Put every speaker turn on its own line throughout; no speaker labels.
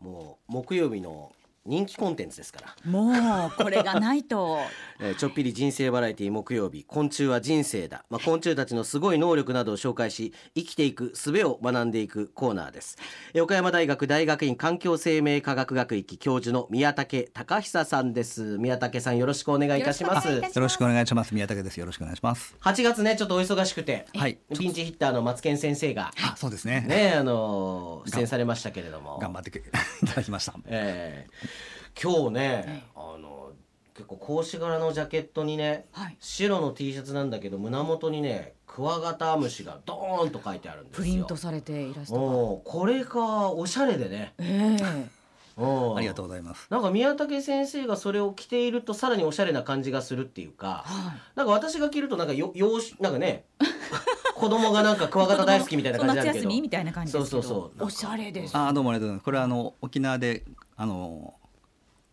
もう木曜日の人気コンテンツですから、
もうこれがない と
えーちょっぴり人生バラエティ木曜日昆虫は人生だ、まあ、昆虫たちのすごい能力などを紹介し生きていく術を学んでいくコーナーですえー岡山大学大学院環境生命科学学域教授の宮武隆久さんです宮武さんよろしくお願いいたします
よろしくお願いいた
よろしくお願いします。宮武です。よろしくお願いします。
8月ねちょっとお忙しくて、
はい
ピンチヒッターの松健先生が
あ、そうですね。
ねあのー出演されましたけれども
頑張ってく いただきました。
えー今日ね、あの結構格子柄のジャケットにね、
はい
白の T シャツなんだけど胸元にねクワガタムシがドーンと書いてあるんですよ
プリントされてイラスト
おこれがおしゃれでね
が。ええ
あ
ありがとうございます。
なんか宮武先生がそれを着ているとさらにおしゃれな感じがするっていうか
はい。
なんか私が着るとなんかよよなんかね 子供がなんかクワガタ大好きみたいな感じなんだけ
夏
ど
休みみたいな感じですけど。
そうそうそう
おしゃれです。
あ、どうもありがとうございます。これはあの沖縄であの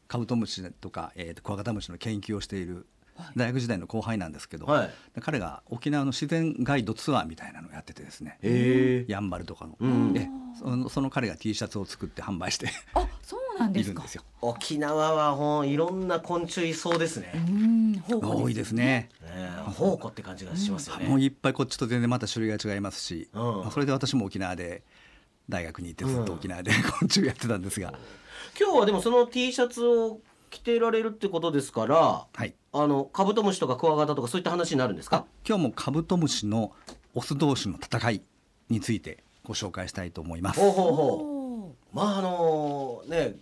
カブトムシとか、えーとクワガタムシの研究をしている大学時代の後輩なんですけど、
はい
で彼が沖縄の自然ガイドツアーみたいなのをやっててですね。
へえ
やんばるとかの、
うん
でそのその彼が T シャツを作って販売して
あ、そうなん
い
で
る
す
ん
か。
ですよ。
沖縄はほんいろんな昆虫いそうですね
う、ん、方
多いですね。
ねえ宝庫って感じがしますよね。
もういっぱいこっちと全然また種類が違いますし、
うん
まあそれで私も沖縄で大学に行ってずっと沖縄で昆虫やってたんですが、
今日はでもその T シャツを着てられるってことですから、
はい
あのカブトムシとかクワガタとかそういった話になるんですか？
今日もカブトムシのオス同士の戦いについてご紹介したいと思います。
ほうほうほ
おー
う。まああのね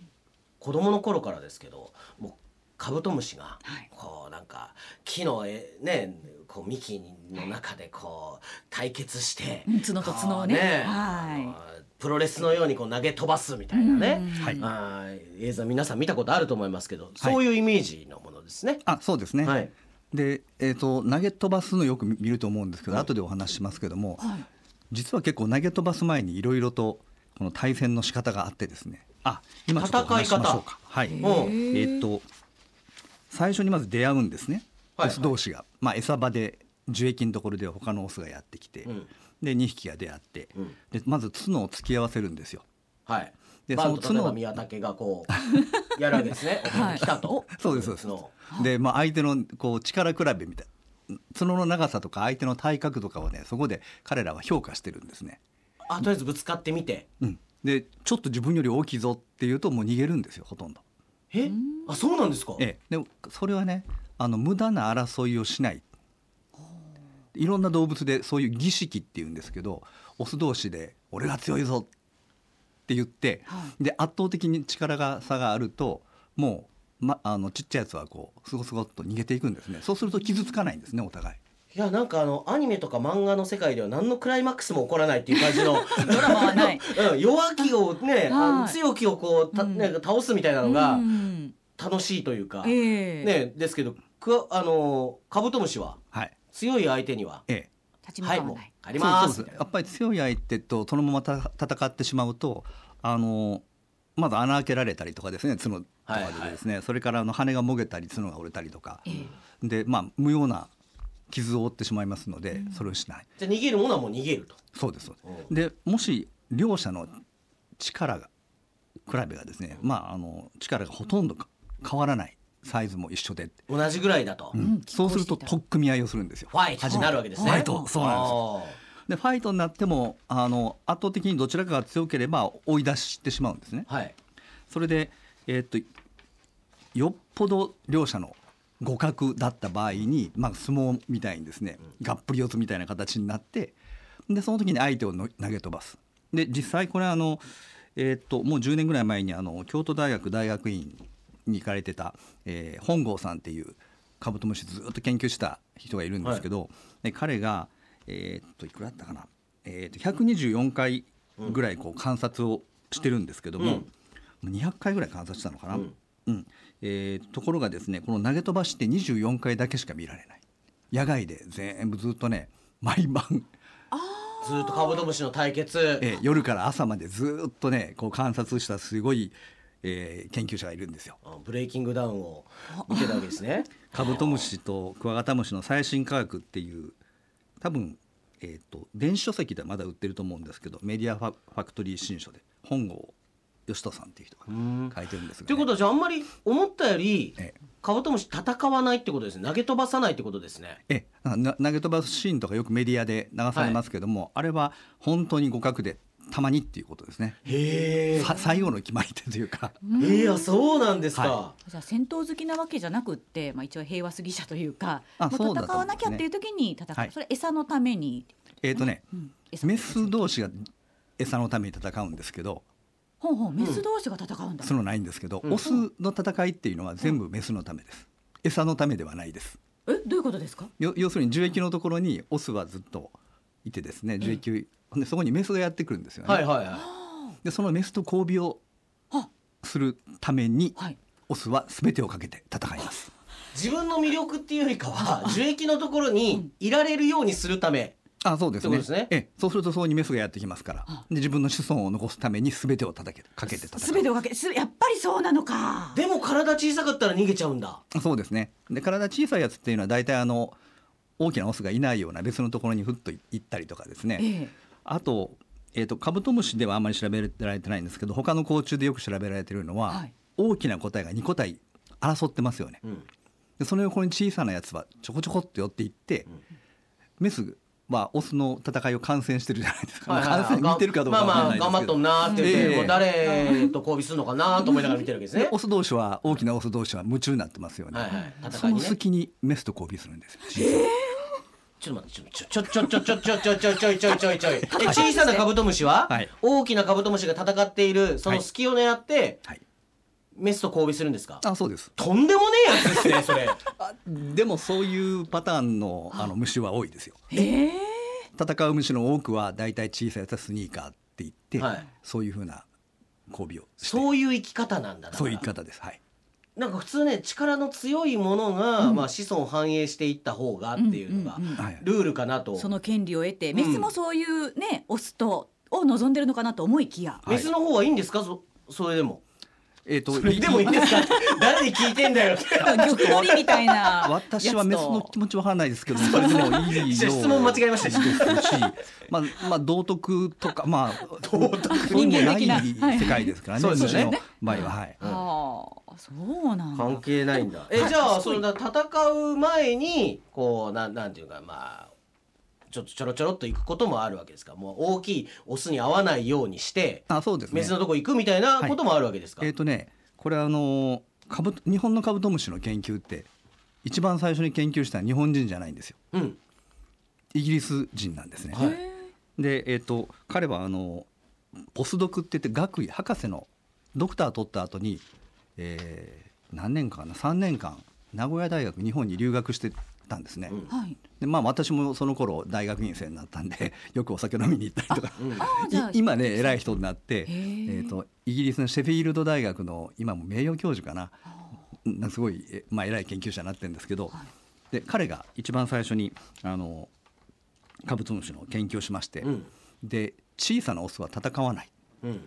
子供の頃からですけど、もうカブトムシが
はい
こうなんか木のえねこう幹の中でこう対決して
うん、角と角をね
こう
はい
あのプロレスのようにこう投げ飛ばすみたいなね。
うん
はい
あー映像皆さん見たことあると思いますけど、そういうイメージのものですね。
あそうですね、
はい。
で、えー、と投げ飛ばすのよく見ると思うんですけど、後でお話ししますけども、
はい
実は結構投げ飛ばす前にいろいろとこの対戦の仕方があってですねあ今ちょっとお話ししましょうか。はい、
い
え
方
へー
ー、と最初にまず出会うんですね、
はい
オス同士が、まあ、餌場で樹液のところで他のオスがやってきて、
うん。
で2匹が出会って、
うん
でまず角を突き合わせるんですよ。
はい。
で
バン
そ
と例
の角
えば宮武がこ うやるわけですね。
はい
来たと。
そうですそうです
の
で、まあ、相手のこう力比べみたい角の長さとか相手の体格とかをねそこで彼らは評価してるんですね。
あとりあえずぶつかってみて。
うん、でちょっと自分より大きいぞっていうともう逃げるんですよほとんど。
え？あそうなんですか。
ええ、でそれはねあの無駄な争いをしないいろんな動物でそういう儀式っていうんですけどオス同士で「俺が強いぞ」って言って、
は
で圧倒的に力が差があるともう、ま、あのちっちゃいやつはこうすごすごっと逃げていくんですねそうすると傷つかないんですねお互い。
いやなんかあのアニメとか漫画の世界では何のクライマックスも起こらないっていう感じの。
ドラマはない。
うん、弱気をね、あの
はい
強気をこうた、
うん
ね、倒すみたいなのが
うん
楽しいというか、
ええ
ねですけどくわあのカブトムシは
はい
強い相手には
ええ、
立ち向か
は
わ
い
な
も
い。
うあります
そうそう
みたい
そうや
な
っぱり強い相手とそのままた戦ってしまうとあのまず穴開けられたりとかですね角とかでですね、それからあの羽がもげたり角が折れたりとか、
ええ
でまあ無用な傷を負ってしまいますので、それをしない
じゃあ逃げるものはもう逃げると。
そうですそうです
うん
でもし両者の力が比べがですね、まああの力がほとんどか変わらないサイズも一緒で、
同じぐらいだと、
うん
うん
そうすると取っ組み合いをするんですよ
ファイトになるわけですね。
ファイトそうなんですよ
です
でファイトになってもあの圧倒的にどちらかが強ければ追い出してしまうんですね
はい。
それで、えーっとよっぽど両者の互角だった場合に、まあ、相撲みたいにですねがっぷり四つみたいな形になってでその時に相手をの投げ飛ばす。で実際これはあの、えーっともう10年ぐらい前にあの京都大学大学院に行かれてた、えー本郷さんっていうカブトムシずっと研究した人がいるんですけど、で彼が、えーっといくらだったかな、えーっと124回ぐらいこう観察をしてるんですけど
う
も。
ん
200回ぐらい観察したのかな、
う
うんんえーところがですねこの投げ飛ばして24回だけしか見られない野外で全部ずっとね毎晩、
ずーっとカブトムシの対決。
えー夜から朝までずっとねこう観察したすごい、えー研究者がいるんですよ。
あブレイキングダウンを見てたわけですね。
カブトムシとクワガタムシの最新科学っていう多分、えー、と電子書籍ではまだ売ってると思うんですけどメディアファファクトリー新書で本郷義人さんっていう人
う
が
ん
書いてるんですが、ね。
ということはじゃああんまり思ったより
ええ
カブトムシ戦わないってことですね投げ飛ばさないってことですね
ええな投げ飛ばすシーンとかよくメディアで流されますけども、あれは本当に互角でたまにっていうことですね。
へえ
さ最後の決まり手というか。
うん
いやそうなんですか、
は
じゃあ戦闘好きなわけじゃなくって、まあ、一応平和主義者というか
あ
もう
そうだと思いま
戦わな
すね
きゃっていう時に戦う、
はい
それ餌のために、
えっ、とね、
うん餌
メス同士が餌のために戦うんですけど、
ほうほうメス同士が戦うんだ、
そのないんですけど、
うん
オスの戦いっていうのは全部メスのためです。餌のためではないです。
えどういうことですか
よ要するに樹液のところにオスはずっといてですね、樹液でそこにメスがやってくるんですよね。
はいはいは
でそのメスと交尾を
あ
するために
はい
オスは全てをかけて戦います。
い自分の魅力っていうよりか は樹液のところにいられるようにするため
あそうです
そう
ね
ですね
ええそうするとそこにメスがやってきますから
あ
で自分の子孫を残すために全てを叩けかけて戦
全
う
てをかけすやっぱりそうなのか
でも体小さかったら逃げちゃうんだ
あそうですねで体小さいやつっていうのは大体あの大きなオスがいないような別のところにふっと行ったりとかですね
ええ
あと,、えー、とカブトムシではあんまり調べられてないんですけど他の甲虫でよく調べられてるのは、
はい
大きな個体が2個体争ってますよね
うん
でその横に小さなやつはちょこちょこっと寄っていって、
ん
メスはオスの戦いを観戦してるじゃないですか、
はいはいはい
観戦見てるかどうかわかんないで
まあまあ頑張っ
すけ
と
ど、
んなーって言って、
ええ
もう誰と交尾するのかなーと思いながら見てるわけです
で
ね。
オス同士は大きなオス同士は夢中になってますよね、
はいはい、
そ
戦い
の
にね。
隙にメスと交尾するんですよ、
ちょっと待って、ちょ、ちょ、ちょ、ちょ、ちょ、ちょ、ちょ、ちょ、ちょ、ちょ、ちょ、え、小さなカブトムシは
はい、
大きなカブトムシが戦っている、その隙を狙って、
はい、
メスと交尾するんですか
あそうです
とんでもねえやつですね、それ。
でもそういうパターンのあの虫は多いですよ
ええ
戦う虫の多くは大体小さいやつはスニーカーって言って、
はい
そういうふうな交尾をして
そういう生き方なんだな。
そういう生き方ですはい
なんか普通ね、力の強いものが、まあ子孫を繁栄していった方がっていうのが
うんうんうん、
はい
ルールかなと。
その権利を得て
ん
メスもそういうね、オスとを望んでるのかなと思いきや
メスの方はいいんですかそ、それでも。
えっ、と
それでもいいんですか誰に聞いてんだよって。
玉取りみたいな
私はメスの気持ちわからないですけども、それでもいいよう
じゃあ質問間違えました
ですし、まあまあ道徳とかまあ道徳
人間
な
的ない
世界ですからね。
はいそうですね
虫の場合ははい。
ああーそうなんだ
関係ないんだ。え、
はい
じゃあ、
賢
そ
い
の戦う前に、こう、なん、なんていうか、まあ。ちょっとちょろちょろっと行くこともあるわけですか。もう大きいオスに合わないようにして、
あそうですね
メス。のとこ行くみたいなこともあるわけですか。
えっ、とねこれあのカブ日本のカブトムシの研究って一番最初に研究したのは日本人じゃないんですよ。
うん、
イギリス人なんですね。
はい
へ
でえっ、と彼はあのポスドクって言って学位博士のドクター取った後に、えー何年間かな3年間名古屋大学日本に留学してたんですね、
うん
ーはい
でまあ私もその頃大学院生になったんで よくお酒飲みに行ったりとか
うん、
あーじゃあ
い今ね偉い人になって、え
ー
ー、とイギリスのシェフィールド大学の今も名誉教授かななすごい、えまあ、偉い研究者になってるんですけど、で彼が一番最初にあのカブトムシの研究をしまして、
うん、
で小さなオスは戦わない
うん。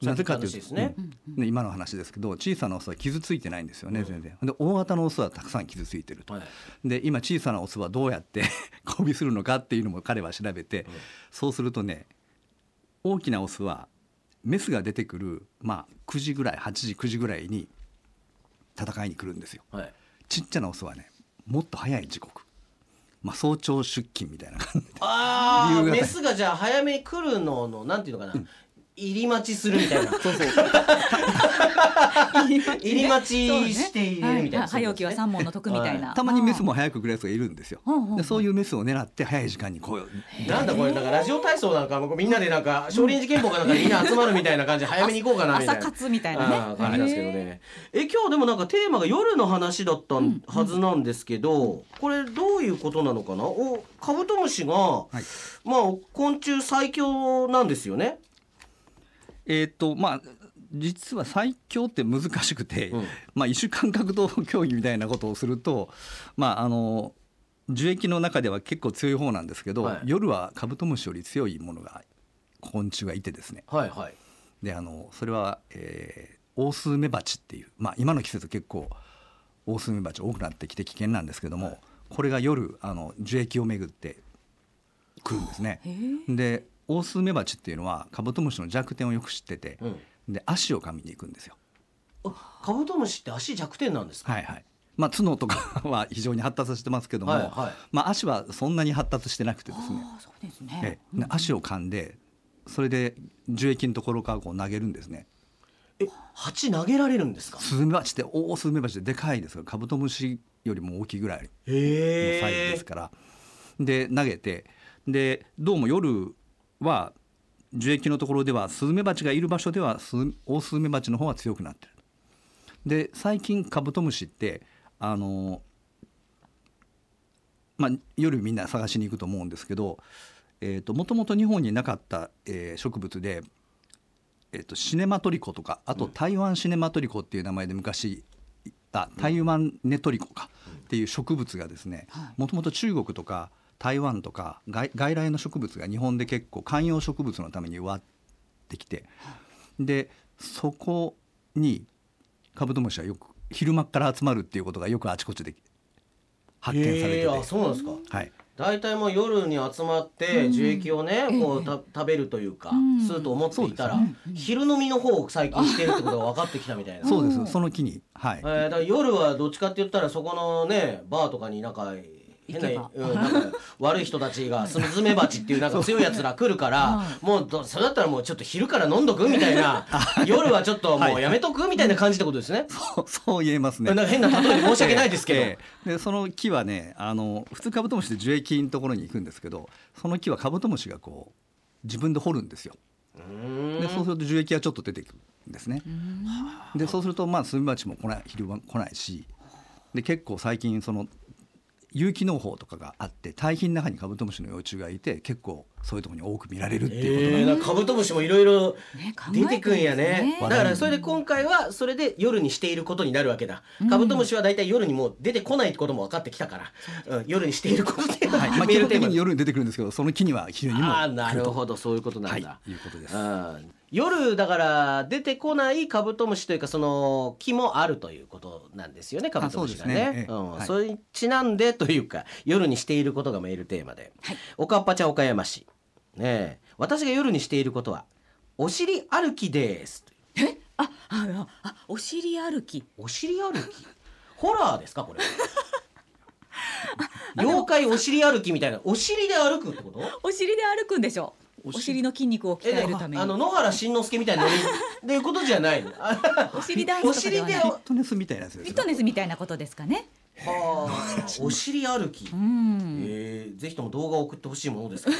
なぜかという
さっきの話
と
ですね
うんね今の話ですけど小さなオスは傷ついてないんですよね、全然で大型のオスはたくさん傷ついてると、
はい
で今小さなオスはどうやって 交尾するのかっていうのも彼は調べて、そうするとね大きなオスはメスが出てくる、まあ、9時ぐらい8時9時ぐらいに戦いに来るんですよ
はい。
ちっちゃなオスはねもっと早い時刻、まあ、早朝出勤みたいな感じ
ああ、
夕方
メスがじゃあ早めに来るのの、なんていうのかな。入り待ちするみたいな。入り待ちしているみたいな
そうねは早起きは三問の得みたいな
たまにメスも早く来るやつがいるんですよ
うんうんうん。
でそういうメスを狙って早い時間に来よう。
なんだこれなんかラジオ体操なんかみんなでなんか少林寺拳法かなんかでみんな集まるみたいな感じで早めに行こうかなみたい
朝
な
活みたいなね
あー感じなんですけどね。え今日でもなんかテーマが夜の話だったはずなんですけど、これどういうことなのかな？おカブトムシが、
い
まあ昆虫最強なんですよね。
えっとまあ実は最強って難しくて
うん、
まあ一種間格闘競技みたいなことをすると、まああの樹液の中では結構強い方なんですけど
はい、
夜はカブトムシより強いものが昆虫がいてですね。
はいはい。
であのそれは、えーオオスズメバチっていう、まあ、今の季節結構オオスズメバチ多くなってきて危険なんですけども、これが夜あの樹液を巡ってくるんですね
へ。ー
でオオスズメバチっていうのはカブトムシの弱点をよく知ってて、
うん
で足を噛みに行くんですよ。
あカブトムシって足弱点なんですか。
はいはいまあ、角とかは非常に発達してますけども、
はいはい
まあ、足はそんなに発達してなくてですね、
ああそうですね。
ええで足を噛んでそれで樹液のところからこう投げるんですね。
え、蜂投げられるんですか。
スズメバチって大スズメバチってでかいですがカブトムシよりも大きいぐらいのサイズ
へ
ですから、で投げてでどうも夜は樹液のところではスズメバチがいる場所ではスズオオスズメバチの方が強くなってるで最近カブトムシってあのまあ夜みんな探しに行くと思うんですけどえーともともと日本になかった、えー植物で、えー、とシネマトリコとかあと台湾シネマトリコっていう名前で昔あ台湾ネトリコかっていう植物がですね
はい
もともと中国とか台湾とか外外来の植物が日本で結構観葉植物のために植わってきてでそこにカブトムシはよく昼間から集まるっていうことがよくあちこちで発見されて
へ
て
ーあ、そうなんですか。
はい、
大体もう夜に集まって樹液をね、
うん
こ
え
う
え
た食べるというか、
うん
すると思っていたら、
そうです
昼飲みの方を最近してるってことが分かってきたみたいな。
そうで
おー
すその木にはい、
えー、だから夜はどっちかって言ったらそこのねバーとかになんか変な,、
行けば
うん、なんか悪い人たちがスズメバチっていうなんか強いやつら来るからもうどそれだったらもうちょっと昼から飲んどくみたいな夜はちょっともうやめとくみたいな感じってことですね。
そう そう言えますね
なんか変な例えで申し訳ないですけど、
ええでその木はねあの普通カブトムシって樹液のところに行くんですけどその木はカブトムシがこう自分で掘るんですよ
う
で
ーん
そうすると樹液がちょっと出てくるんですね
うん
でそうするとまあスズメバチも来ない昼は来ないしで結構最近その有機農法とかがあって堆肥の中にカブトムシの幼虫がいて結構そういうところに多く見られるっていうことなんです
えー、なんかカブトムシもいろいろ
ね考え
出てくんやねだ
てま
わ
す
からそれで今回はそれで夜にしていることになるわけだ、カブトムシはだいたい夜にもう出てこないってことも分かってきたから、うん、夜にしていることで、
はいまあ、基本的に夜に出てくるんですけどその木には昼にも
ああーなるほどそういうことな
は
ん
い
だ、
いうことです
うん、夜だから出てこないカブトムシというかその木もあるということなんですよねカブトムシがね
あそうですねええ
うん
はい
それにちなんでというか夜にしていることがメールテーマで、
はい
おかっぱちゃん岡山市、ねえ、私が夜にしていることはお尻歩きです
えああああお尻歩き
お尻歩 きホラーですかこれ妖怪お尻歩きみたいなお尻で歩くってこと
お尻で歩くんでしょ
お
お
尻
尻の筋肉を鍛
え
え
で
る
も
ため
あの
に
野原しんのすけみたいなのにっていうことじゃないのあ
お尻ダンスとかでは
お
ない
尻で
フィットネスみたいなやつです
フィ
ね
ットネスみたいなことですかね
はあ お尻歩き、
うん
えーぜひとも動画を送ってほしいものですから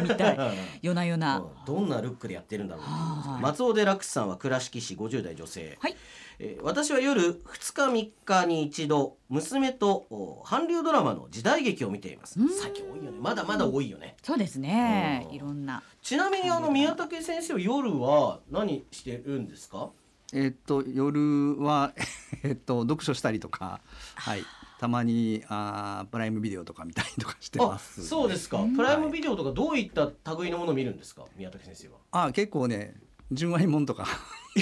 行ってみ たい
ね
夜な夜な
うんどんなルックでやってるんだろうっていうことですね
はい
松尾デラックスさんは倉敷市50代女性、
はい
えー私は夜2日3日に一度娘とお韓流ドラマの時代劇を見ています
うん
最近多いよねまだまだ多いよね
そうですね
うん
いろんな
ちなみにあの宮武先生は夜は何してるんですか
えっと夜は えっと読書したりとか、はい、たまにあープライムビデオとか見たりとかして
あ
ます。
そうですかプライムビデオとかどういった類のものを見るんですか宮武先生は
あ結構ね純愛もんとか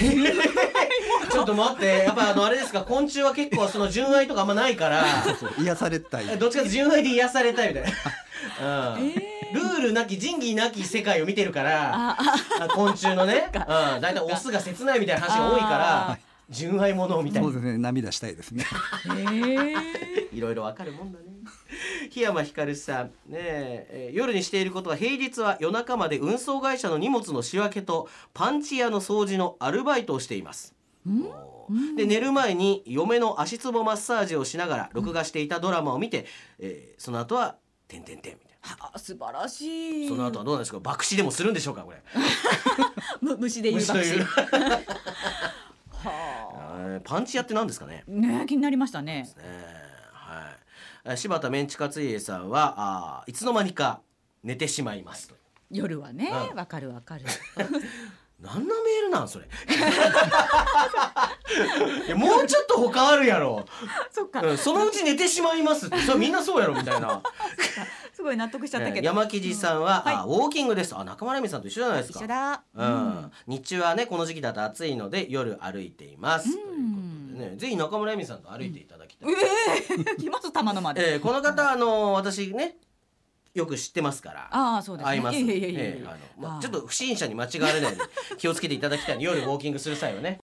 ちょっと待ってやっぱあのあれですか昆虫は結構その純愛とかあんまないから
癒さ れたり
どっちかというと純愛で癒されたいみたいな、うん
え
ルールなき仁義なき世界を見てるから
ああ
昆虫のね、うん、大体オスが切ないみたいな話が多いから
あ
純愛ものみたい
そ
な
うですね涙したいですね。
ええ
いろいろわかるもんだね。檜山ひかるさん、ねええー夜にしていることは平日は夜中まで運送会社の荷物の仕分けとパンチ屋の掃除のアルバイトをしています。おーで寝る前に嫁の足つぼマッサージをしながら録画していたドラマを見て、えーその後は「てんてんてん」みたい
あ素晴らし
ないその後はどうなんですか爆死でもするんでしょうかこれ。
む虫で言う
虫という
爆 死は
あーパンチ屋って何ですかね
あねえ気になりましたね
ねはいえー。柴田メンチカツイエさんはあーいつの間にか寝てしまいますという
夜はね
うん
わかる わかる
何のメールなんそれ いやもうちょっと他あるやろ、
そっか
うん、そのうち寝てしまいますってそれみんなそうやろみたいな
すごい納得しちゃった
え
け
ー
ど
山木地さんは、
はい
あウォーキングですあ中村恵美さんと一緒じゃないですか
一緒だ
うん日中はねこの時期だと暑いので夜歩いています、
うん
ということでねぜひ中村恵美 さんと歩いていただきたい、
ええ来ます玉のまで
えーこの方あの私ねよく知ってますから
ああそうですね
合います
いやいやいやいや
ええあのまあ
ああ
ちょっと不審者に間違われないように気をつけていただきたいので夜ウォーキングする際はね